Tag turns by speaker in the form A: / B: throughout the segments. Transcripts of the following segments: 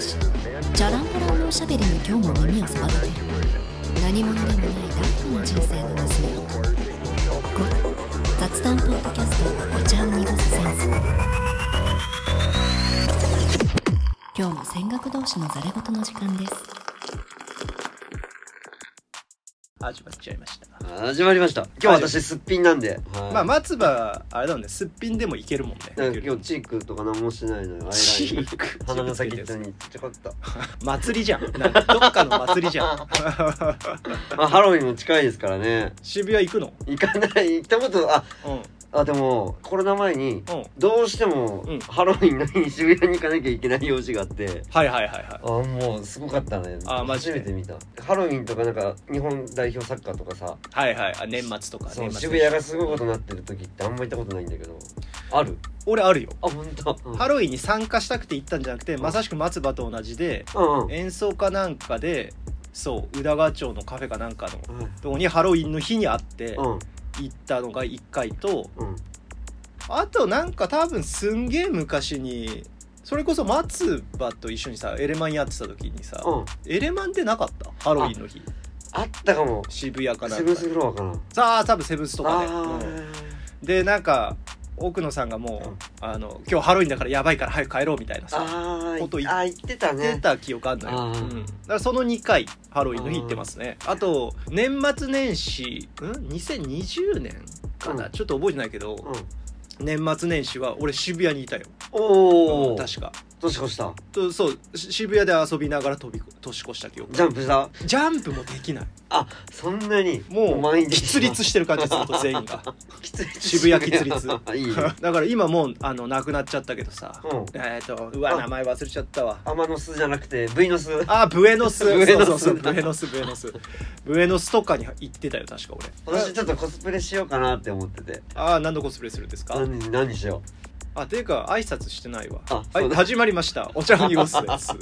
A: しチャランポランのおしゃべりに今日も耳を澄ませて何者でもないダークな人生の娘をここ雑談ポッドキャストお茶を濁すセンス今日も戦学同士のざれ言の時間です
B: 始まっちゃいました、
C: 始まりました今日私すっぴんなんで、はい
B: まあ松葉あれだもんねすっぴんでもいけるもんね
C: なんか今日チークとか何もしてないのよアイライン
B: チーク
C: 鼻の先っちょにちょこっと、
B: 祭りじゃんなんかどっかの祭りじゃん
C: まあ、ハロウィンも近いですからね
B: 渋谷行くの
C: 行かない行ったことあ
B: うん
C: あでもコロナ前に
B: うん
C: どうしても
B: うん
C: ハロウィンの日に渋谷に行かなきゃいけない用事があって
B: はいはいはいは
C: あもうすごかったね
B: あマジ
C: 初
B: で
C: めて見たハロウィンとかなんか日本代表サッカーとかさ
B: いはいはいあ年末とか
C: そう
B: 年末
C: 渋谷がすごいことになってる時ってあんま行ったことないんだけどある
B: 俺あるよ
C: あ本当。うん
B: ハロウィンに参加したくて行ったんじゃなくてまさしく松葉と同じで
C: うんうん
B: 演奏かなんかでそう宇田川町のカフェかなんかの
C: うん
B: とこにハロウィンの日に会って
C: うん
B: 行ったのが1回と
C: うん
B: あとなんか多分すんげえ昔にそれこそ松葉と一緒にさエレマンやってた時にさ、
C: うん
B: エレマンってなかったハロウィンの日
C: あったかも
B: 渋谷かな
C: セ
B: ん
C: ブ
B: か
C: ンスフロアかな
B: さあ多分セブンスとかで、
C: あ
B: うんでなんか奥野さんがもう、
C: うん
B: あの今日ハロウィンだからやばいから早く帰ろうみたいな
C: ー
B: さ
C: あー
B: こと言っ
C: あー言ってた
B: 出
C: ね
B: た記憶あんのよ、
C: あー
B: うん、だからその2回ハロウィンの日行ってますねあと年末年始ん2020年かな、
C: うん
B: ちょっと覚えてないけど、
C: うん
B: 年末年始は俺渋谷にいたよ、
C: おお
B: 確か
C: 年越した
B: とそうし渋谷で遊びながら飛びこ年越した記憶
C: ジャンプした
B: ジャンプもできない
C: あそんなに
B: もう
C: 満員で
B: 喫立してる感じですほんと全員 が
C: 喫立
B: 渋谷喫立
C: いいね
B: だから今もうあのなくなっちゃったけどさ、
C: うん
B: えっ、とうわ
C: あ
B: 名前忘れちゃったわ
C: 天の巣じゃなくて V の巣
B: あブエノス
C: ブエノス
B: そうそうそうブエノスブエノスブエノスとかに行ってたよ確か俺
C: 私ちょっとコスプレしようかなって思ってて
B: ああ何度コスプレするんですか、
C: 何何しよ
B: あていうか挨拶してないわ
C: あ
B: は
C: そ
B: いう
C: だ
B: 始まりましたお茶を濁すやつ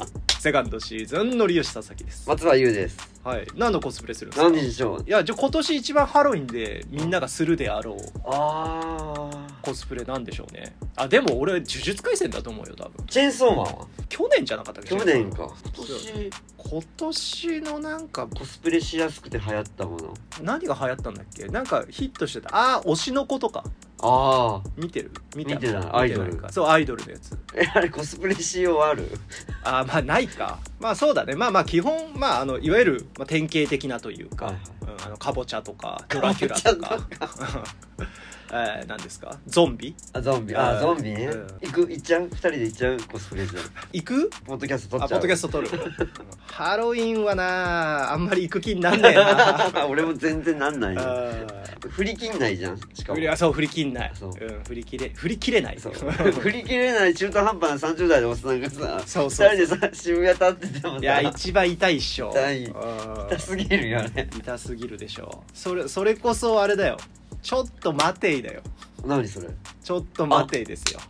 B: セカンドシーズンのりよし佐々木で
C: う
B: す、
C: 松葉優です
B: はい何のコスプレするんですか
C: 何にしよ
B: い
C: う
B: やじゃあ今年一番ハロウィンでみんながするであろう
C: あー
B: コスプレなんでしょうねあでも俺呪術廻戦だと思うよ多分
C: チェーンソーマンは
B: 去年じゃなかったっけ
C: 去年か今
B: そう
C: 年
B: 今年のなんか
C: コスプレしやすくて流行ったもの
B: 何が流行ったんだっけなんかヒットしてたあー推しの子とか
C: ああ
B: 見てる見
C: 見てない
B: 見
C: アイドル
B: ないかそうアイドルのやつ
C: えあれ コスプレしようある
B: あーまあないかまあそうだねまあまあ基本まああのいわゆる、まあ、典型的なというか、
C: はい
B: うん、あのかぼちゃとかドラキュラと
C: か
B: か えー、何ですかゾンビ
C: あゾンビあ
B: うん
C: ゾンビね、
B: うん
C: 行く行っちゃう二人で行っちゃうコスプレじゃん
B: 行く
C: ポッドキャスト撮
B: あ
C: っち
B: ポッ
C: ゃう
B: ドキャスト撮る ハロウィンはなあんまり行く気になんねえ
C: 俺も全然なんないよ
B: な
C: 振り切んないじゃんし
B: 振
C: かも
B: りあそう振り切んない
C: そう
B: うん、振り切れ振り切れない
C: そう
B: い
C: 振り切れない中途半端な30代のおっさんがさ
B: そう
C: 二
B: そう
C: 人でさ渋谷立っててもさ
B: や一番 痛いっしょ
C: 痛い
B: うん
C: 痛すぎるよ ね
B: 痛すぎるでしょそれそれこそあれだよちょっと待ていだよ
C: 何それはい
B: ちょっと待ていですよ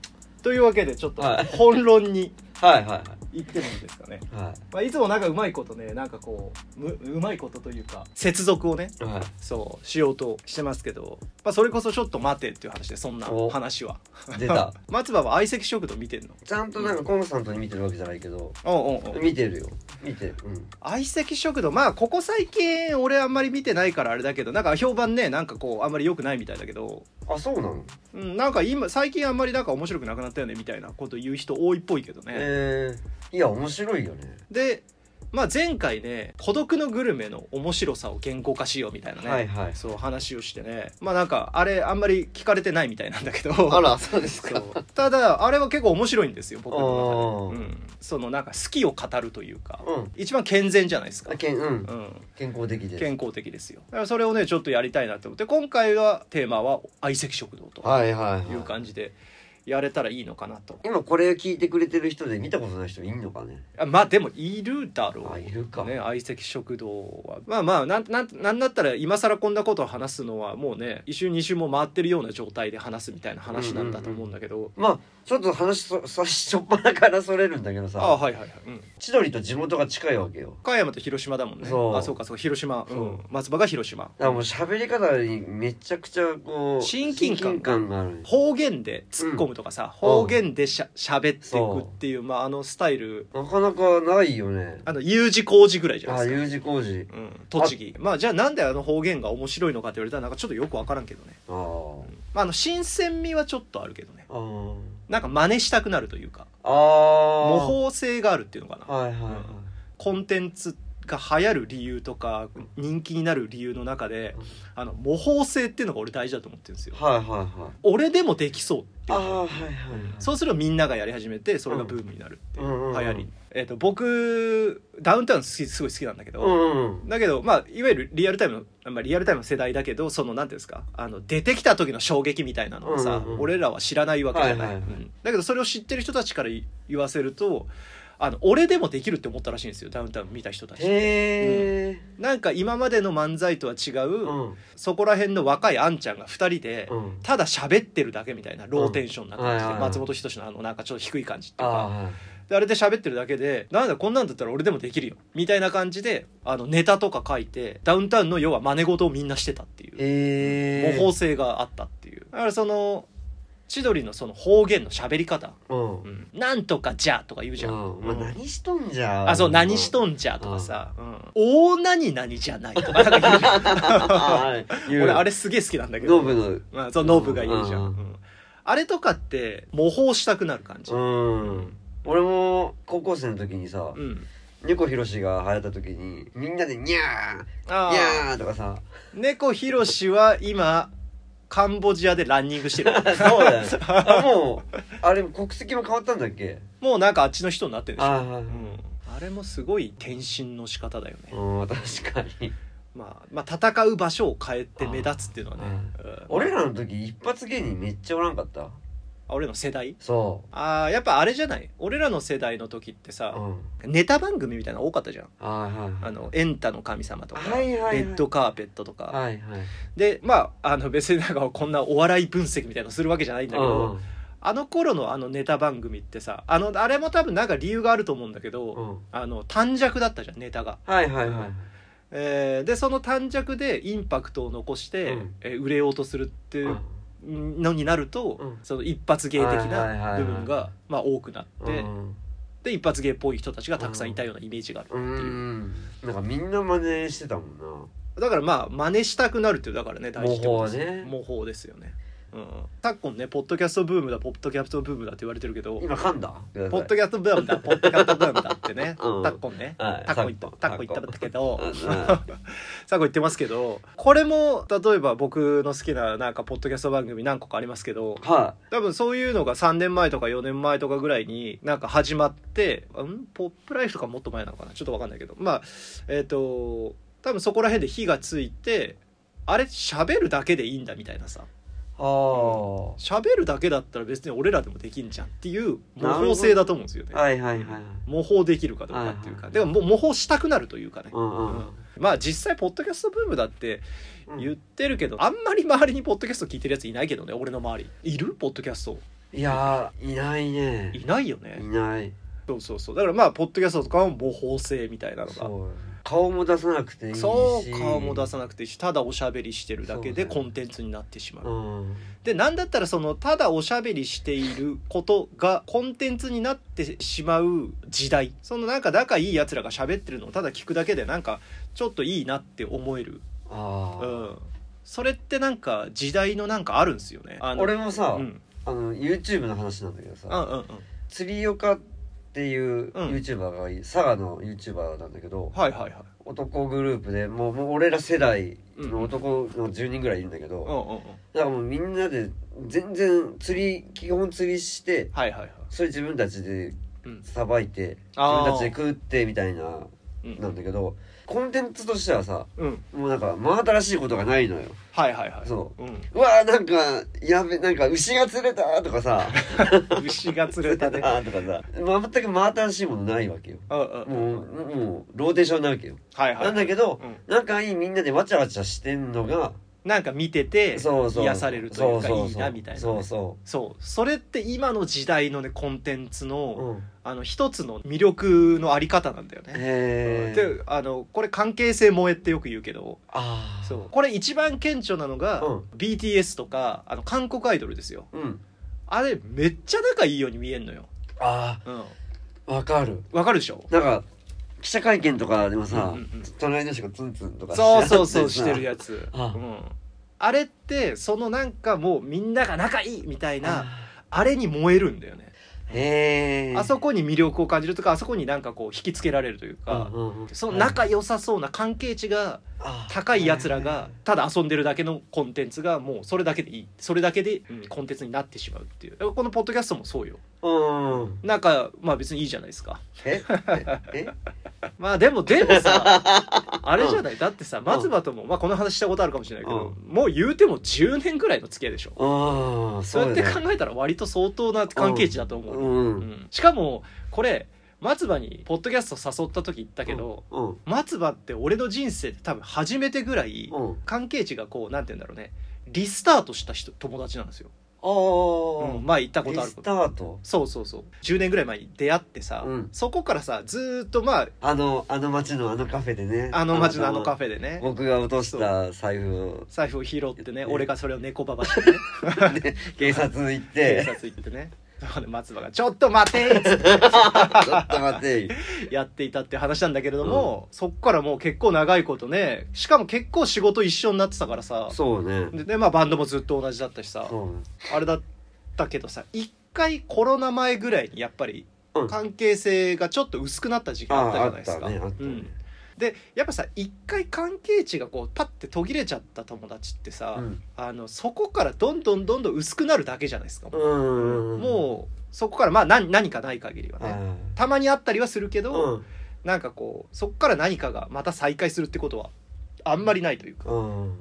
B: というわけでちょっと
C: はい
B: 本論に
C: はいはい
B: 行ってもいいですかね、
C: は
B: まあ、いつもなんかうまいことねなんかこうむうまいことというか接続をね
C: いはい
B: そうしようとしてますけど、まあ、それこそちょっと待てっていう話でそんな
C: お
B: 話は
C: 出た
B: 松葉は相席食堂見てんの
C: ちゃんとなんかコンスタントに見てるわけじゃないけど
B: おうんうんうん
C: 見てるよ見てるうん
B: 相席食堂まあここ最近俺あんまり見てないからあれだけどなんか評判ねなんかこうあんまり良くないみたいだけど、
C: あそうなの
B: うん、なんか今最近あんまりなんか面白くなくなったよねみたいなこと言う人多いっぽいけどね、
C: えー、いや面白いよね
B: で、まあ、前回ね「孤独のグルメ」の面白さを言語化しようみたいなね、
C: はいはい
B: そう話をしてねまあなんかあれあんまり聞かれてないみたいなんだけど
C: あらそうです
B: そ
C: か
B: うただあれは結構面白いんですよ僕の中で、
C: あ
B: う
C: ー
B: ん、そのなんか好きを語るというか、
C: うん
B: 一番健全じゃないですか
C: あ、けんうん
B: うん、
C: 健康的です
B: 健康的ですよだからそれをねちょっとやりたいなと思って今回はテーマは相席食堂と
C: はいはい、はい、
B: いう感じでやれたらいいのかなと
C: 今これ聞いてくれてる人で見たことない人いんのかね
B: あまあでもいるだろう
C: あいるか、
B: ね、相席食堂はまあまあなんなんなんだったら今更こんなことを話すのはもうね一週二週も回ってるような状態で話すみたいな話なんだと思うんだけど、
C: まあちょっと話そそしょっぱなからそれるんだけど
B: ああ
C: さ
B: はいはいはい、うん、
C: 千鳥と地元が近いわけよ
B: 岡山と広島だもんね
C: そう
B: あそうかそうか広島、う
C: そ
B: ん
C: う、
B: 松葉が広島
C: だからもう喋り方にめちゃくちゃこう
B: 親近感
C: 親感がある
B: 方言で突っ込むととかさ方言でしゃ喋っていくっていうまああのスタイル
C: なかなかないよね
B: あの U 字工事ぐらいじゃな
C: あ
B: いですか。
C: U 字工事
B: うん、栃木まあじゃあなんであの方言が面白いのかって言われたらなんかちょっとよく分からんけどね、
C: あー
B: まあ、あの新鮮味はちょっとあるけどね
C: あー
B: なんか真似したくなるというか
C: あ
B: 模
C: 模
B: 倣性があるっていうのかな
C: はいはいはい、
B: コンテンツが流行る理由とか人気になる理由の中であの模倣性っていうのが俺大事だと思ってるんですよ
C: はいはいはい
B: 俺でもできそうって
C: あ
B: い
C: あ
B: う
C: はいはいはい
B: そうするとみんながやり始めてそれがブームになるっていう
C: うんうんう
B: 流
C: んうん
B: 行り、えー、と僕ダウンタウン好きすごい好きなんだけど、
C: うん
B: だけどまあいわゆるリアルタイムの、まあ、リアルタイムの世代だけどそのなんていうんですかあの出てきた時の衝撃みたいなのをさ、
C: うんうんうん
B: 俺らは知らないわけじゃない、
C: はいはいはい
B: うんだけどそれを知ってる人たちからい言わせるとあの俺でもできるって思ったらしいんですよダウンタウン見た人たち
C: へえ
B: なんか今までの漫才とは違う、
C: うん
B: そこら辺の若いあんちゃんが2人で、
C: うん
B: ただ喋ってるだけみたいなローテンションな感じで、
C: うんはいはいはい
B: 松本人志のあのなんかちょっと低い感じっていうか
C: あ
B: であれで喋ってるだけでなんだこんなんだったら俺でもできるよみたいな感じであのネタとか書いてダウンタウンの要は真似事をみんなしてたっていう模
C: へえ
B: 倣性があったっていうだからその千鳥のその方言の喋り方、
C: うん
B: うんなんとかじゃとか言うじゃん、
C: うんまあ何しとんじゃ
B: あそう何し
C: ん
B: とんじゃとかさ、うん大何何じゃないとかなんか言うじゃん 俺
C: 俺
B: あれすげえ好きなんだけど
C: ノブの
B: まあ、そうノブが言うじゃん、
C: うん
B: うんあれとかって模倣したくなる感じ、
C: うん俺も高校生の時にさ
B: うん
C: 猫ひろしが流行った時にみんなで「にゃー
B: あ
C: に
B: あ
C: ゃー」とかさ
B: 猫ひろしは今カンボジアでランニングして る
C: そうだよあもうあれ国籍も変わったんだっけ
B: もうなんかあっちの人になってるでしょ、
C: ああ
B: うん、あれもすごい転身の仕方だよね、
C: うん確かに
B: まあ、まあ戦う場所を変えて目立つっていうのはね、うん
C: 俺らの時一発芸人めっちゃおらんかった
B: あ俺の世代
C: そ
B: あーやっぱあれじゃない俺らの世代の時って
C: うう
B: さ、
C: ん
B: ネタ番組みたいなの多かったじゃん
C: はいはい
B: あの「エンタの神様」とか、
C: はいはいはい
B: レッドカーペット」とか、
C: はいはい
B: でまああの別になんかこんなお笑い分析みたいなのするわけじゃないんだけど、
C: うん
B: あの頃のあのネタ番組ってさあのあれも多分なんか理由があると思うんだけど、
C: うん
B: あの短尺だったじゃんネタが、
C: はいはいはい
B: えーでその短尺でインパクトを残して、
C: うん
B: えー売れようとするっていううんのになると、
C: うん
B: その一発芸的
C: はいはいはい
B: な
C: はい
B: 部分がまあ多くなって、
C: うん
B: で一発芸っぽい人たちがたくさんいたようなイメージがあるって
C: う
B: いう、
C: んなんかみんな真似してたもんな
B: だからまあ真似したくなるっていうだからね大事ってことですよ
C: 模倣ね
B: 模倣ですよね、うん、昨今ねポッドキャストブームだポッドキャストブームだって言われてるけど
C: 今噛んだ
B: ポッドキャストブームだ、ポッドキャストブームだってね、
C: うん
B: タッコンね、
C: はい
B: タッコン言った、タ
C: タ
B: ッコ
C: ッコ
B: ン
C: ン
B: 言ったけど、
C: ャス
B: タッコン言ってますけど、これも、例えば僕の好きななんか、ポッドキャスト番組何個かありますけど、
C: は
B: 多分そういうのが3年前とか4年前とかぐらいになんか始まって、うんポップライフとかもっと前なのかなちょっとわかんないけど、まあ、えっ、と、多分そこら辺で火がついて、あれ喋るだけでいいんだみたいなさ
C: いは
B: 喋るだけだったら別に俺らでもできんじゃんっていう模倣性だと思うんですよね
C: あはいはいはい
B: 模倣できるかどうかっていうか、でももう模倣したくなるというかね、
C: うんう
B: うん
C: ん
B: まあ実際ポッドキャストブームだって言っ
C: い
B: てるけど、あんまり周りにポッドキャスト聞いてるやついないけどね俺の周りいるポッドキャスト
C: やーいないね
B: いないよね
C: いない
B: そうそうそうだからまあポッドキャストとかも模倣性みたいなのが
C: そう顔も出さなくていいし
B: そう顔も出さなくていいしただおしゃべりしてるだけで
C: そう
B: コンテンツになってしまう
C: うん
B: でなんだったらそのただおしゃべりしていることがコンテンツになってしまう時代そのなんか仲いいやつらが喋ってるのをただ聞くだけでなんかちょっといいなって思える、う
C: あ
B: ん、それってなんか時代のなんかあるんですよねあ
C: あ
B: の
C: 俺もさ
B: うん
C: あの YouTube の話なんだけど
B: うんうん
C: さ
B: うん
C: 釣り岡っていう
B: うん
C: YouTuber がい佐賀の YouTuber なんだけど
B: はいはいはい
C: 男グループでもうもう俺ら世代の男の10人ぐらいいるんだけ
B: うんうん
C: ど
B: うん
C: だからもうみんなで全然釣り基本釣りして
B: はいはいはい
C: それ自分たちで
B: うん
C: さばいて自
B: あー
C: 分たちで食ってみたいな
B: うん
C: なんだけどコンテンツとしてはさ
B: うん
C: もうなんか真新しいことがないのよ
B: はいはいはい、
C: そううわーなんかやべなんか牛が釣れたと かさ
B: ん、牛が釣れた
C: 釣れた
B: ね
C: とかさ全く真新しいものないわけよ
B: うんうんはい
C: もうもうローテーションなわけよ
B: はいはい
C: なんだけど
B: うん
C: 仲いいみんなでわちゃわちゃしてんのが
B: なんか見てて
C: そうそう
B: 癒されるというか
C: そそ
B: いいなみたいなね
C: そうそ
B: そうそれって今の時代のねコンテンツの,、
C: う、うん、へ
B: あの一つの魅力のあり方なんだよね。
C: え
B: であのこれ関係性萌えってよく言うけど
C: ああ
B: そうこれ一番顕著なのが、
C: うん
B: BTS とかあの韓国アイドルですよ
C: うん
B: あれめっちゃ仲いいように見えんのよ、
C: あ
B: うん、
C: あわかる
B: わかるでしょ
C: なんか記者会見とかでもさ、
B: うんうんうん
C: 隣の人がツンツンとか
B: そうそうそう
C: し
B: してて
C: る
B: る
C: や
B: やつ、う
C: あ
B: ん、あれってそのなんかもうみんなが仲いいみたい
C: つ
B: なあれに燃えるんだよね
C: へえ
B: あそこに魅力を感じるとかあそこになんかこう引きつけられるというか、その仲良さそうな関係値が高いやつらがただ遊んでるだけのコンテンツがもうそれだけでいいそれだけでうんコンテンツになってしまうっていうこのポッドキャストもそうよ
C: うん
B: なんかまあ別にいいじゃないですか
C: ええ
B: まあでもでも さあれじゃないだってさ松葉とも、まあ、この話したことあるかもしれないけど、もう言うても10年ぐらいの付き合いでしょ
C: ああ
B: そうやっ
C: だ
B: て
C: ね
B: 考えたら割と相当な関係値だと思うよ、
C: う
B: うんんしかもこれ松葉にポッドキャスト誘った時言ったけど、
C: うん
B: 松葉って俺の人生で多分初めてぐらい
C: うん
B: 関係値がこうなんて言うんだろうねリスタートした人友達なんですよ、
C: ああ
B: うん、前言ったことあ
C: リ
B: る
C: スタート
B: そうそうそう10年ぐらい前に出会ってさ、
C: うん
B: そこからさずーっとまあ
C: あのあの街のあのカフェでね
B: あの街のあのカフェでね
C: 僕が落とした財布を
B: 財布を拾ってね
C: ね
B: 俺がそれを猫ばば してね
C: で警察行っ
B: 警
C: て
B: 察行ってねそこで松葉が「ちょっと待て!」っつっ
C: 「ちょっと待てい」
B: てやっていたっていう話なんだけれども、そっからもう結構長いことねしかも結構仕事一緒になってたからさ
C: そうね
B: ででまあバンドもずっと同じだったしさ
C: そうね
B: あれだったけどさ一回コロナ前ぐらいにやっぱり
C: うん
B: 関係性がちょっと薄くなった時期
C: あ
B: あったじ
C: あ
B: ゃ
C: あ
B: ないですか。
C: ったねあった
B: う
C: ね
B: んでやっぱさ一回関係値がこうパッて途切れちゃった友達ってさ、
C: うん
B: あのそこからどんどんどんどん薄くなるだけじゃないですか、
C: うん
B: もうそこからまあ何何かない限りは
C: う
B: ね
C: ん
B: たまにあったりはするけ
C: う
B: ど、
C: ん
B: なんかこうそこから何かがまた再開するってことはあんまりないというかだか
C: うん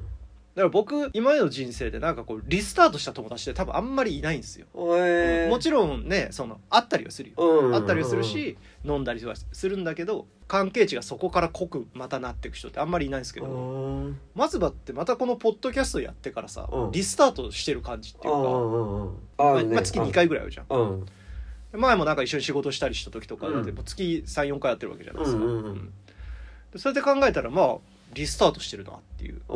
B: ら僕今までの人生でなんかこうリスタートした友達って多分あんまりいないんですよ、
C: おえ
B: もちろんねそのあったりはするよ、
C: ろ
B: あったりはするし、飲んだりはするんだけど関係値がそこから濃くまたなっていく人ってあんまりいないんですけ
C: う
B: ど、
C: んうん
B: 松葉ってまたこのポッドキャストやってからさ、
C: うん
B: リスタートしてる感じっていうか、
C: うん
B: ま
C: あ
B: あまあ月2回ぐらいあるじゃん
C: うん
B: 前もなんか一緒に仕事したりした時とかだって
C: うん
B: もう月34回やってるわけじゃないですか、
C: うんうんうん
B: でそれで考えたらまあリスタートしてるなっていう
C: お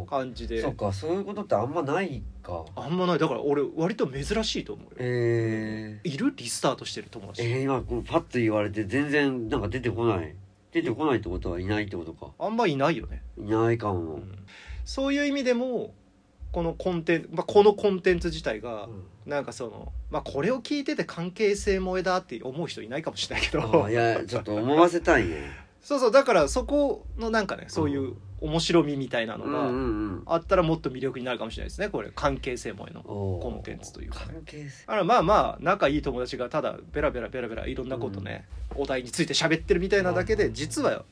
C: お
B: 感じ
C: ーそっ
B: で
C: かそういうことってあんまないか
B: あんまないだから俺割と珍しいと思うよ
C: えー
B: いるリスタートしてる友
C: え
B: 達、
C: ー今こうパッと言われて全然なんか出てこない出てこないってことはいないってことか
B: あんまいないよね、
C: いないか
B: う
C: も
B: んそういう意味でもこのコンテンツ、まあ、このコンテンツ自体がなんかその、まあ、これを聞いてて関係性萌えだって思う人いないかもしれないけ
C: あ
B: ど
C: あいやちょっと思わせたいね
B: そうそうだからそこのなんかねそういう面白みみたいなの
C: うん
B: が
C: うん
B: あったらもっと魅力になるかもしれないですねこれ関係性萌えの
C: うんおー
B: コンテンツというかね
C: 関係性
B: あらまあまあ仲いい友達がただベラベラベラベラいろんなことね、お題について喋ってるみたいなだけ
C: う
B: で
C: ん
B: 実は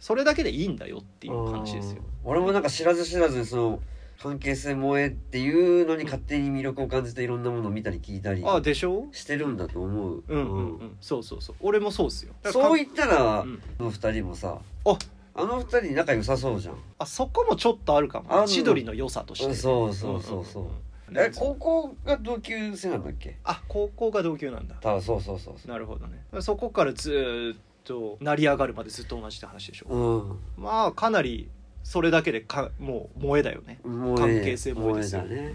B: それだけでいいんだよっていう話ですよ
C: うん俺もなんか知らず知らずにその関係性萌えっていうのに勝手に魅力を感じていろんなものを見たり聞いたり
B: ああでしょ
C: してるんだと思う、
B: うんうんう
C: うん
B: んそうそうそう俺もそうですよだから
C: そう言ったら、
B: うん
C: あの二人もさ
B: あ
C: あの二人仲良さそうじゃん
B: あそこもちょっとあるか
C: あ
B: も
C: る
B: 千鳥の良さとして、
C: うんそうそうそうそうん
B: んん
C: え高校が同級生なんだっけ
B: あ高校が同級なんだ
C: ただそうそうそうそ
B: なるほどねそこからずーっと成り上がるまでずっと同じって話でしょ、
C: ううん
B: まあかなりそれだけでかもう萌えだよね
C: 萌
B: 関
C: え
B: 係性萌えですよ
C: 萌えだね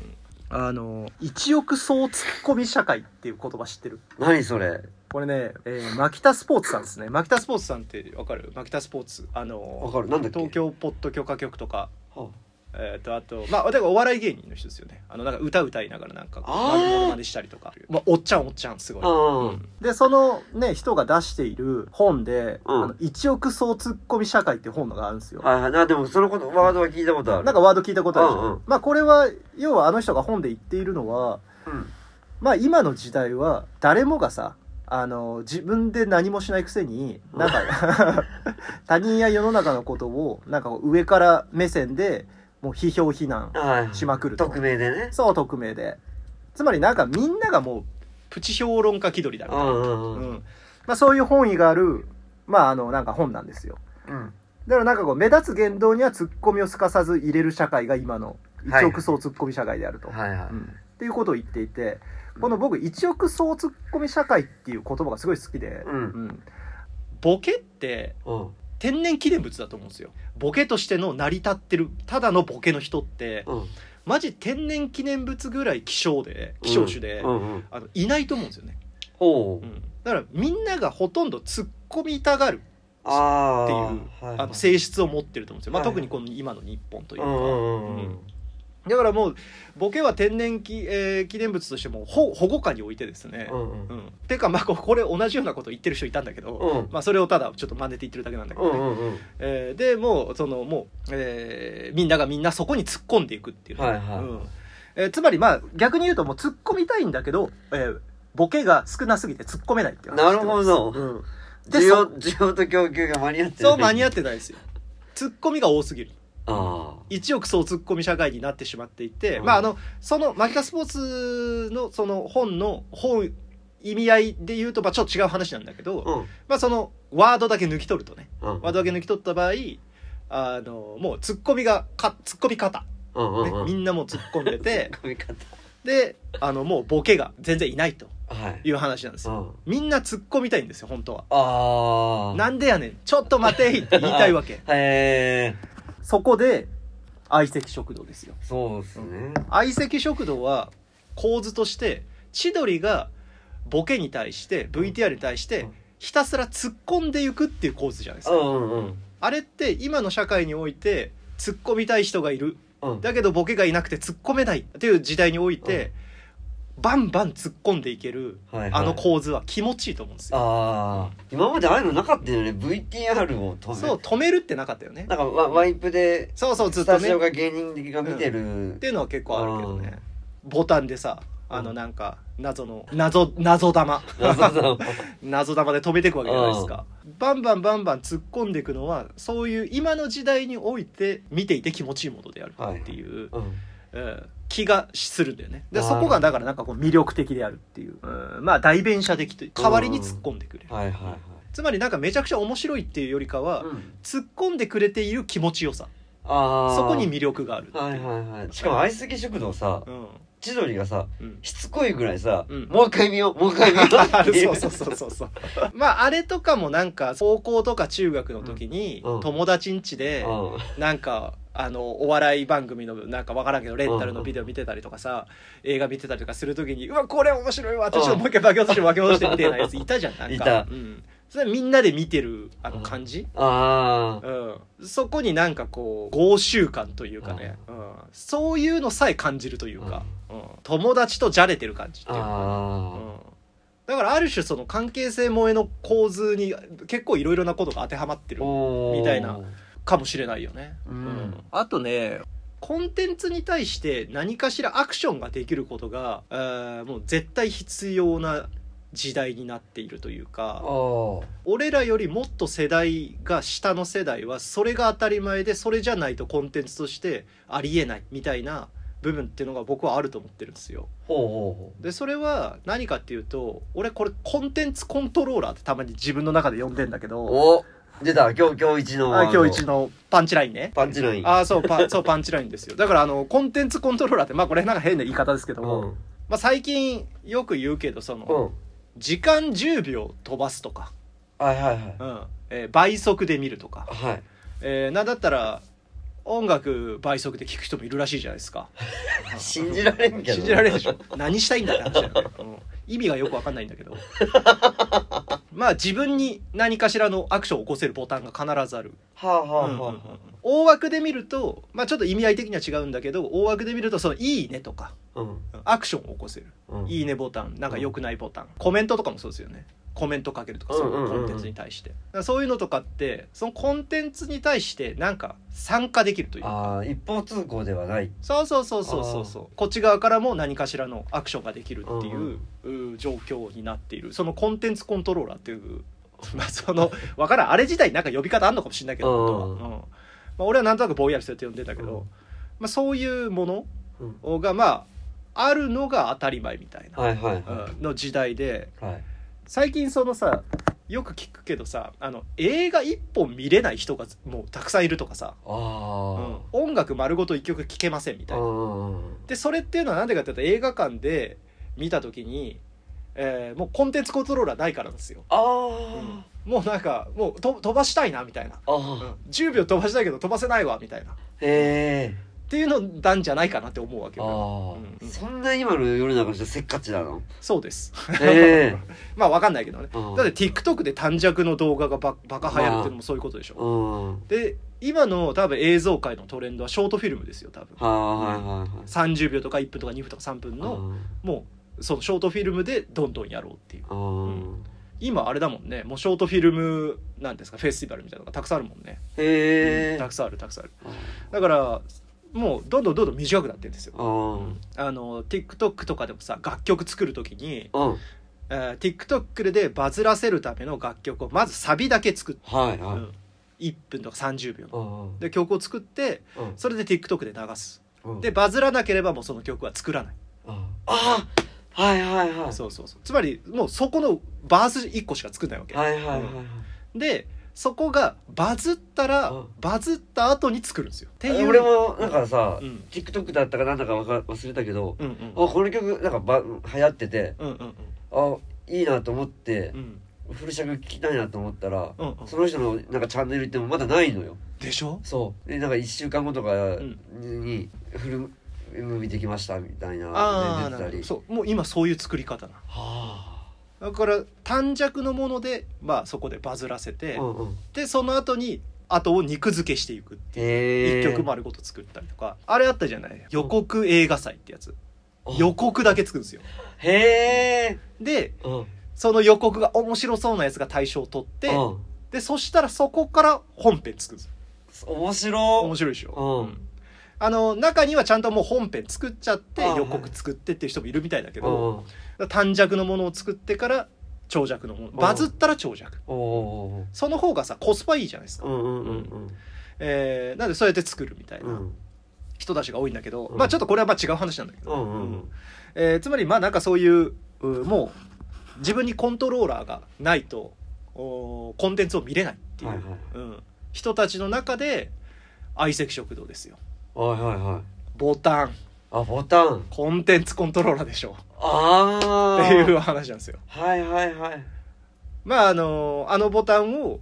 B: あの一億総ツッコミ社会っていう言葉知ってる
C: 何それ
B: これね、えー、マキタスポーツさんですねマキタスポーツさんってわかるマキタスポーツあ
C: わ
B: の
C: かるなんだっけ
B: 東京ポッド許可局とか
C: は
B: えー、とあとまあだからお笑い芸人の人ですよねあのなんか歌歌いながらなんか
C: あー
B: ものまねしたりとかまあ、おっちゃんおっちゃんすごい
C: ああ
B: うんでそのね人が出している本で「
C: うん
B: あの一億総ツッコミ社会」っていう本があるんですよ、
C: はいはいなでもそのことワードは聞いたことある
B: なんかワード聞いたことあるでしょ、
C: うんうん
B: まあこれは要はあの人が本で言っているのは
C: うん
B: まあ今の時代は誰もがさあの自分で何もしないくせになんか 他人や世の中のことをなんかこう上から目線でもう批評非難
C: はい
B: しまくると
C: 匿名でね
B: そう匿名でつまりなんかみんながもうプチ評論家気取りだみ
C: う
B: たい
C: んう
B: な、うん
C: うん
B: んまあ、そういう本意があるまああのなんか本なんですよ
C: うん
B: だからなんかこう目立つ言動にはツッコミをすかさず入れる社会が今の
C: はい
B: 一億総ツッコミ社会であると、
C: はいはい
B: うんっていうことを言っていてこの僕一億総ツッコミ社会っていう言葉がすごい好きで、
C: うん
B: うんボケって
C: うん
B: 天然記念物だと思うんですよボケとしての成り立ってるただのボケの人って
C: うん
B: マジ天然記念物ぐらい希少で希少種で、
C: うんうん、
B: あのいないと思うんですよね、
C: ほ
B: う、
C: うん
B: だからみんながほとんど突っ込みたがる
C: あ
B: っていう
C: ーはいはい
B: あの性質を持ってると思うんですよ、まあ、
C: はい
B: 特にこの今の日本という
C: う
B: か、
C: んうんうん
B: う
C: う
B: ん
C: ん
B: だからもうボケは天然記,、えー記念物としても保保護下に置いてですね、
C: うんうん
B: うんてかまあここれ同じようなこと言ってる人いたんだけど、
C: うん
B: まあ、それをただちょっと真似て言ってるだけなんだけ
C: う
B: ど、
C: んうんうん
B: えーでもうそのもう、えーみんながみんなそこに突っ込んでいくっていう、
C: はいはい
B: うんえーつまりまあ逆に言うともう突っ込みたいんだけど、えーボケが少なすぎて突っ込めないっていう話
C: なるほど
B: ですうんで
C: 需要
B: そ
C: 需要と供給が間に合って
B: そう間に合
C: っ
B: ってないですよ突っ込みが多すぎる
C: あ
B: 一億総ツッコミ社会になってしまっていて、
C: うん
B: まああのそのマキタスポーツのその本の本意味合いで言うと、まあ、ちょっと違う話なんだけど、
C: あうん
B: まあそのワードだけ抜き取るとね
C: うん
B: ワードだけ抜き取った場合あのもうツッコミがかツッコミ方、
C: うんう
B: ね
C: んうん
B: みんなもうツッコんでて
C: 髪型
B: であのもうボケが全然いないと
C: はい
B: いう話なんです
C: う
B: よ
C: ん
B: みんなツッコみたいんですよ本当は
C: ああ
B: なんでやねんちょっと待ていって言いたいわけ
C: へえ
B: そこで相席食堂ですよ
C: そうですね
B: 相席食堂は構図として千鳥がボケに対して VTR に対してひたすら突っ込んでいくっていう構図じゃないですか
C: うんうんうん
B: あれって今の社会において突っ込みたい人がいる
C: うん
B: だけどボケがいなくて突っ込めないっていう時代においてバンバン突っ込んでいける
C: はいはい
B: あの構図は気持ちいいと思うんですよ
C: ああ今までああいうのなかったよね VTR を止め
B: そう止めるってなかったよね
C: なんかワワイプで
B: そうそうず
C: ス
B: っと
C: タ
B: ね
C: ジ
B: っ
C: オが芸人が見てる
B: ていうのは結構あるけどね
C: うん
B: ボタンでさあのなんか謎の謎謎玉
C: 謎だ
B: 謎玉で止めていくわけじゃないですか、バンバンバンバン突っ込んでいくのはそういう今の時代において見ていて気持ちいいものであるっていう、
C: うん
B: うん気がするんだよねで
C: なる
B: そ
C: ほど
B: こがだからなんかこう魅力的であるっていう、うんまあ代弁者的という代わりに突っ込んでくれる、
C: はいはいはい
B: つまりなんかめちゃくちゃ面白いっていうよりかは、
C: うん
B: 突っ込んでくれている気持ちよさ
C: ああ
B: そこに魅力があるっていう、
C: はいはいはいしかも相席食堂さ
B: うん
C: 千鳥がさ
B: うん
C: しつこいぐらいさ
B: うん
C: もう一回見ようもう一回見よ うってい
B: そうそうそうそう そうまああれとかもなんか高校とか中学の時に
C: うん
B: 友達ん家で、
C: うん
B: なんかあのお笑い番組のなんかわからんけどレンタルのビデオ見てたりとかさ映画見てたりとかする時に「うわこれ面白いわ」私
C: うん
B: もう一回巻き戻して巻き戻してみたいなやついた じゃんなんか
C: いた
B: うん、それみんなで見てるあの感じ、
C: ああ
B: うんそこになんかこう豪習感というかね、うんそういうのさえ感じるというか、うん友達とじゃれてる感じっていうかう
C: あ
B: んだからある種その関係性萌えの構図に結構いろいろなことが当てはまって
C: あ
B: る
C: おー
B: みたいなかもしれないよね、
C: うん
B: あとねコンテンツに対して何かしらアクションができることが、えーもう絶対必要な時代になっているという
C: あ
B: か
C: ー
B: 俺らよりもっと世代が下の世代はそれが当たり前でそれじゃないとコンテンツとしてありえないみたいな部分っていうのが僕はあると思ってるんですよ。
C: ほうほうほう
B: でそれは何かっていうと俺これコンテンツコントローラーってたまに自分の中で呼んでんだけど
C: お出た今日今日一の
B: あ今日一
C: の
B: のパンチラインね。
C: パンチライン
B: ああそうパそうパンチラインですよだからあのコンテンツコントローラーってまあこれなんか変な言い方ですけど
C: う
B: も、
C: んうん
B: まあ、最近よく言うけどその、時間10秒飛ばすとか、
C: はいはいはい
B: うんえー倍速で見るとか、
C: はい
B: えーなんだったら音楽倍速で聞く人もいるらしいじゃないですか
C: 信じられんけど
B: 信じられないでしょ何したいんだって話だよね、うん意味がよく分かんないんだけどまあ自分に何かしらのアクションを起こせるボタンが必ずある
C: はあはあ
B: うんうん
C: は
B: うん大枠で見ると、まあ、ちょっと意味合い的には違うんだけど大枠で見るとその「いいね」とか
C: あうん
B: アクションを起こせる
C: う
B: 「
C: ん
B: いいね」ボタンなんか良くないボタンコメントとかもそうですよねコメントかけるとか
C: うん
B: そううん
C: うんう
B: い
C: ん
B: うコンテンツに対してだからそういうのとかってそのコンテンツに対してなんか参加できるという
C: ああ一方通行ではない
B: そうそうそうそうそうそうこっち側からも何かしらのアクションができるっていう,、うー状況になっているそのコンテンツコントローラーっていうまあその わからんあれ自体なんか呼び方あんのかもしれないけど、
C: うん
B: 本当はうんまあ、俺はなんとなくぼんやりそうやって呼んでたけど、
C: うん
B: まあ、そういうも
C: うん
B: のがまああるのが当たり前みたいな、
C: はいはいは
B: うんの時代で
C: いはい
B: 最近そのさよく聞くけどさあの映画一本見れない人がもうたくさんいるとかさ、うん
C: あ
B: 音楽丸ごと一曲聴けませんみた
C: あ
B: いな。でそれっていうのはなんでかっていうと映画館で見た時に、えーもうコンテンツコントローラーないからなんですよ、
C: ああ
B: もうなんかもうと飛ばしたいなみたいな、
C: ああ
B: 10秒飛ばしたいけど飛ばせないわみたいな
C: へえ
B: っていうのなんじゃないかなって思うわけ
C: あ
B: よ、
C: あ、
B: うん
C: そんな今の世の中の人せっかちな の
B: そうです
C: え
B: まあわかんないけどね
C: えー、
B: だって TikTok で短尺の動画がババカ流行るっていうのもそういうことでしょ
C: うんは
B: で今の多分映像界のトレンドはショートフィルムですよ多分
C: あはいはいはい
B: 30秒とか1分とか2分とか3分のもうそのショートフィルムでどんどんやろうっていう
C: うんうん
B: 今あれだもんねもうショートフィルムなんですかフェスティバルみたいなのがたくさんあるもんね、
C: へえ
B: たくさんあるたくさんあるだからもうどんどんどんどん短くなってるんですよ
C: あー
B: あの TikTok とかでもさ楽曲作る時に、
C: うん
B: えー TikTok でバズらせるための楽曲をまずサビだけ作って、
C: はいは
B: う
C: い
B: ん1分とか30秒の
C: うん
B: で曲を作って
C: うん
B: それで TikTok で流す
C: うん
B: でバズらなければもうその曲は作らない
C: ああーはいはいはい
B: そうそうそうつまりもうそこのバース1個しか作んないわけ、
C: はいはいはいはい
B: でそこがバズったら、
C: うん
B: バズった後に作るんですよっていう
C: 俺もなんかさ
B: うん
C: TikTok だったかなんだかわか忘れたけど
B: うんうん
C: あこの曲なんかば流行ってて
B: うんうん
C: あいいなと思って
B: うんうん
C: フル尺聞きたいなと思ったら
B: うんうん
C: その人のなんかチャンネル行ってもまだないのよ
B: でしょ
C: そうでなんか1週間後とか
B: ん
C: にフルムービーできましたみたい
B: あ
C: な
B: あ
C: の
B: な
C: で出てた
B: る
C: り
B: ほどそうもう今そういう作り方な
C: は
B: のだから短尺のものでまあそこでバズらせて、
C: あうんうん
B: でその後に後を肉付けしていくっていう
C: へ
B: 一
C: え
B: 曲丸ごと作ったりとかあれあったじゃない予告映画祭ってやつ
C: あ
B: 予告だけ作るんですよ
C: へえ
B: で
C: うん
B: その予告が面白そうなやつが大賞を取って
C: うん
B: でそしたらそこから本編作るんですよ
C: 面白
B: 面白いでしょ、
C: うん
B: あの中にはちゃんともう本編作っちゃって
C: あー
B: 予告作ってっていう人もいるみたいだけ
C: うん
B: ど
C: お
B: 短尺のものを作ってから長尺のものバズったら長尺
C: お
B: その方がさコスパいいじゃないですか、
C: うんうんうんうん
B: えー、なんでそうやって作るみたいうなん人たちが多いんだけど、
C: うん
B: まあちょっとこれはまあ違う話なんだけど、
C: うんうんう
B: うん
C: ん
B: えーつまりまあなんかそういううもう自分にコントローラーがないとおーコンテンツを見れないっていう、
C: はいはい
B: うん、人たちの中で相席食堂ですよ
C: はいはいはい
B: ボタン
C: あボタン
B: コンテンツコントローラーでしょ
C: あ あ
B: っていう話なんですよ
C: はいはいはい
B: まああのあのボタンを、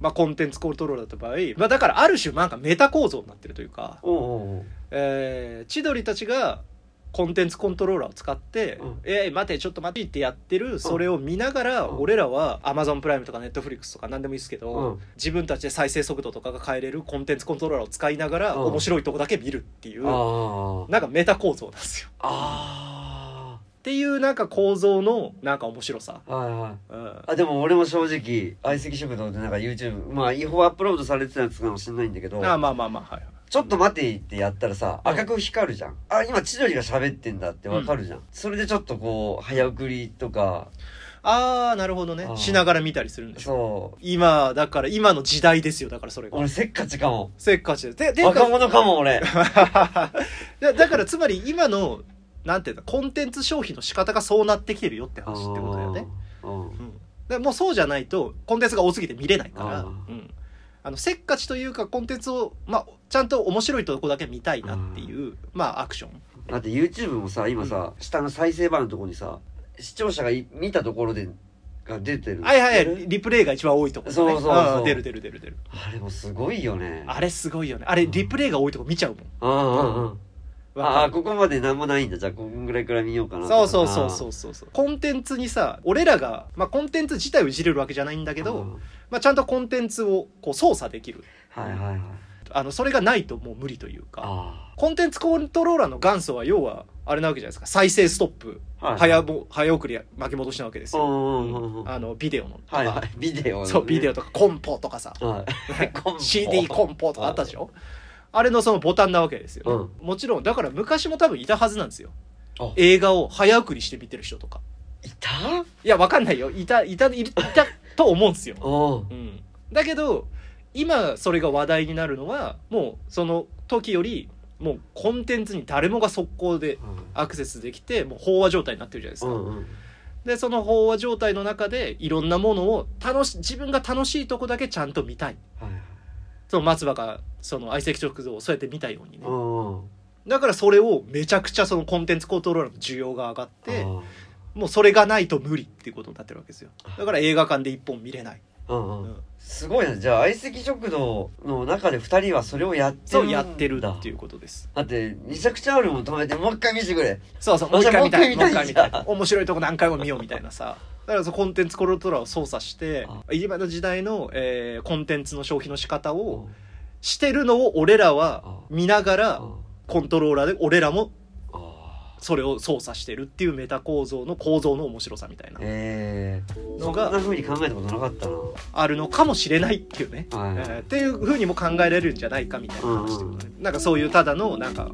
B: まあ、コンテンツコントローラーだった場合、まあ、だからある種なんかメタ構造になってるというか、
C: おお
B: えー千鳥たちがコンテンツコントローラーを使って「
C: うん
B: えー待てちょっと待て」ってやってるそれを見ながら、
C: うん
B: 俺らは Amazon プライムとか Netflix とか何でもいいですけど、
C: うん
B: 自分たちで再生速度とかが変えれるコンテンツコントローラーを使いながら、
C: うん
B: 面白いとこだけ見るっていう
C: あ
B: なんかメタ構造なんですよ。
C: ああ
B: っていうなんか構造のなんか面白さ。
C: あはいはい
B: うん
C: あでも俺も正直相席食堂でなんか YouTube まあ違法アップロードされてたやつかもしれないんだけど
B: ああまあまあまあはいはい
C: ちょっと待てってやったらさ
B: うん
C: 赤く光るじゃんあ今千鳥が喋ってんだってわかるじゃんそれでちょっとこう早送りとか
B: ああなるほどね
C: あー
B: しながら見たりするんでしょ
C: そう
B: 今だから今の時代ですよだからそれが
C: 俺せっかちかも
B: せっかちですでで
C: 若者かも 俺
B: だだからつまり今のなんていうのコンテンツ消費の仕方がそうなってきてるよって話ってことだよね、
C: うん
B: うん、だからもうそうじゃないとコンテンツが多すぎて見れないから
C: あ
B: う
C: ー
B: ん、あのせっかちというかコンテンツを、まあ、ちゃんと面白いとこだけ見たいなっていうまあアクション
C: だって YouTube もさ今さ、下の再生バーのとこにさ視聴者がい見たところでが出てる
B: はいはい
C: 知って
B: リ
C: る
B: リプレイが一番多いとこ、ね、
C: そうそうそう
B: うん出る出る出る出る
C: あれもすごいよね
B: あれすごいよねあれリプレイが多いとこ見ちゃうもん
C: うんうんうんあ
B: わ
C: あ
B: か
C: ここまで何もないんだじゃあこんぐらいから見ようかな
B: るそうそうそうそううそうそうコンテンツにさ俺らが、まあ、コンテンツ自体をいじれるわけじゃないんだけ
C: け
B: ど、まあ、ちゃんとコンテンツをこう操作できる
C: はいはいはい
B: あのそれがないともう無理というか
C: あ
B: コンテンツコントローラーの元祖は要はあれなわけじゃないですか再生ストップ
C: あはい
B: 早
C: く
B: も早送りや巻き戻しなわけです
C: う
B: よ、
C: んうんうんうん
B: あのビデオのとか、
C: はいはいビデオのね
B: そうビデオとかコンポとかさ
C: はい コンポ
B: CD コンポとかあったでしょあれのそのボタンなわけですよ、もちろんだから昔も多分いたはずなんですよ
C: あ
B: 映画を早送りして見てる人とか
C: いた
B: いやわかんないよいたいたいたと思うんですよ
C: おう
B: うん、だけど今それが話題になるのはもうその時よりもうコンテンツに誰もが速攻でアクセスできてもう飽和状態になってるじゃないです
C: う
B: か、
C: んうん
B: でその飽和状態の中でいろんなものを楽し自分が楽しいとこだけちゃんと見たい
C: はいはい
B: その松葉がその相席食堂をそうやって見たようにね
C: うんうん
B: だからそれをめちゃくちゃそのコンテンツコントローラーの需要が上がって
C: あ
B: もうそれがないと無理っていうことになってるわけですよだから映画館で一本見れない
C: うんう
B: うんん
C: すごいなじゃあ相席食堂の中で2人はそれをやってる
B: そう
C: んだ
B: やってるっていうことです
C: だってめちゃくちゃあるもん止めてもう一回見せてくれ
B: そうそうもう一回見たい
C: も
B: もう
C: う一
B: 一
C: 回
B: 回
C: 見
B: 見
C: た
B: た
C: い
B: い面白いとこ何回も見ようみたいなさだからそのコンテンツコルトラを操作して
C: あ
B: 今の時代の、えーコンテンツの消費の仕方をしてるのを俺らは見ながらコントローラーで俺らもそれを操作してるっていうメタ構造の構造の面白さみたいな
C: ええー、そ
B: の
C: んな
B: が
C: 風に考えたことなかったな
B: あるのかもしれないっていうね、
C: はい
B: えーっていうふうにも考えられるんじゃないかみたいな話ってことね、なんかそういうただのなんか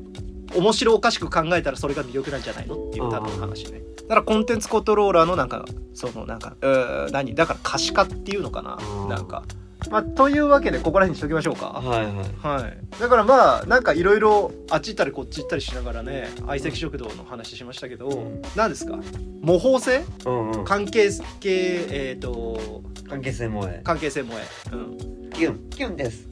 B: 面白おかしく考えたらそれが魅力なんじゃないのっていうただの話ねだからコンテンツコントローラーのなんかそのなんかうー何だから可視化っていうのかな
C: うん
B: なんか、まあ、というわけでここら辺にしときましょうか
C: はいはい
B: はい、だからまあなんかいろいろあっち行ったりこっち行ったりしながらね相席食堂の話しましたけど、
C: うん
B: 何ですか模倣性
C: うんうん
B: 関係性えっ、と
C: 関係性萌え
B: 関係性萌え、うん、
C: キュンキュンです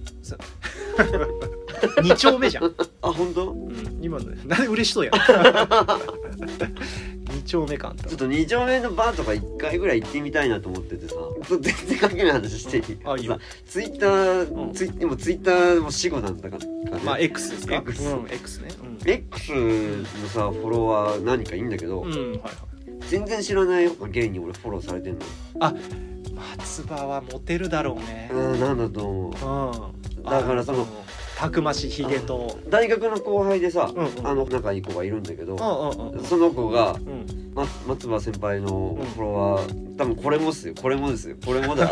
B: 2丁目じゃん、
C: あ本当
B: うん、今のなんで嬉し そうやん2丁目感あんた
C: ちょっと二丁目のバーとか1回ぐらい行ってみたいなと思っててさちょっと全然関係ない話していい、
B: うんあいいよ
C: さツイッター、
B: うん
C: ツイでもツイッターも死後なんだから、
B: まあ X ですか
C: X
B: うん、X ね
C: X のさフォロワー何かいいんだけど、
B: うん、うんはいはい
C: 全然知らない芸人俺フォローされてんの
B: 松葉はモテるだろうね、
C: うんなんだと思う
B: うん、
C: だからその
B: あたくましいヒゲと
C: 大学の後輩でさ、
B: うんうん
C: あの仲いい子がいるんだけど、
B: うんうんうん
C: その子が、
B: うん
C: ま、松葉先輩のフォロワー、多分これもっすよこれもですよこれも だ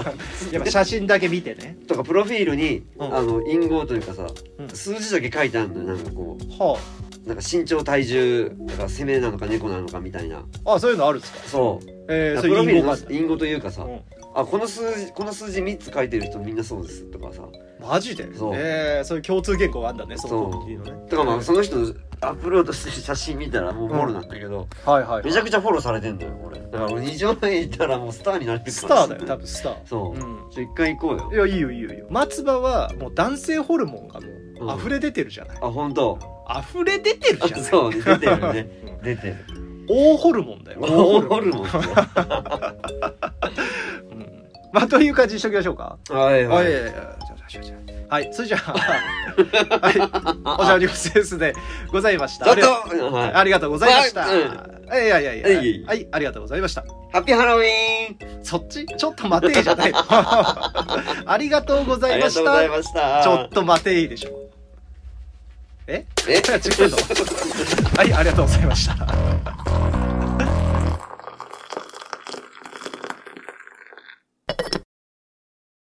B: やっぱ写真だけ見てね。
C: とかプロフィールに、
B: うん
C: あの隠語というかさ、
B: うん
C: 数字だけ書いてあるのよなんかこ
B: は
C: うなんか身長体重だから攻めなのか猫なのかみたいな
B: あ。あ、そういうのあるんですか。
C: そう
B: えー、
C: だ
B: そ
C: か
B: う
C: らプ
B: い
C: ロ
B: う
C: フィール
B: 隠語がある
C: の隠語というかさ、
B: うん
C: あこの数字この数字3つ書いてる人みんなそうですとかさ
B: マジで
C: そう
B: えー、そういう共通言語があるんだね、そのコミュニティのね。
C: とかまあその人のアップロードしてる写真見たらもうフォローなんだけど、
B: はいはい。
C: めちゃくちゃフォローされてんだよ俺だから俺2条目行ったらもうスターになれるかもし
B: ス
C: れ
B: タ
C: ない
B: ーだよ、多分スター。
C: そう、
B: ん。
C: ちょ一回行こうよ
B: いや、いいよいいよいいよ。松葉はもう男性ホルモンがも
C: うん
B: う溢れ出てるじゃない。
C: あ本当
B: 溢れ出てるじゃない。
C: そう出てるね
B: うん。
C: 出てる
B: 大ホルモンだよ。
C: おおるもんね
B: うんまあ、という感じにしときましょうか。
C: はい
B: は
C: はいい
B: やいやいや、じゃあじゃあじゃあじゃあはい、それじゃあ、はい、おしゃべりごセンスでございました。
C: ちょっ
B: ありが
C: と、はい
B: ありがとうございました。、
C: はい
B: やいやいや
C: いえいえいえ
B: はい、ありがとうございました。
C: ハッピーハロウィーン
B: そっちちょっと待てーじゃ ないの。ありがとうござ
C: あ
B: い
C: り
B: ま
C: が
B: し
C: とうござい
B: た。
C: ました
B: ちょっと待てーいいでしょ。え
C: え
B: 違うのはい、ありがとうございました。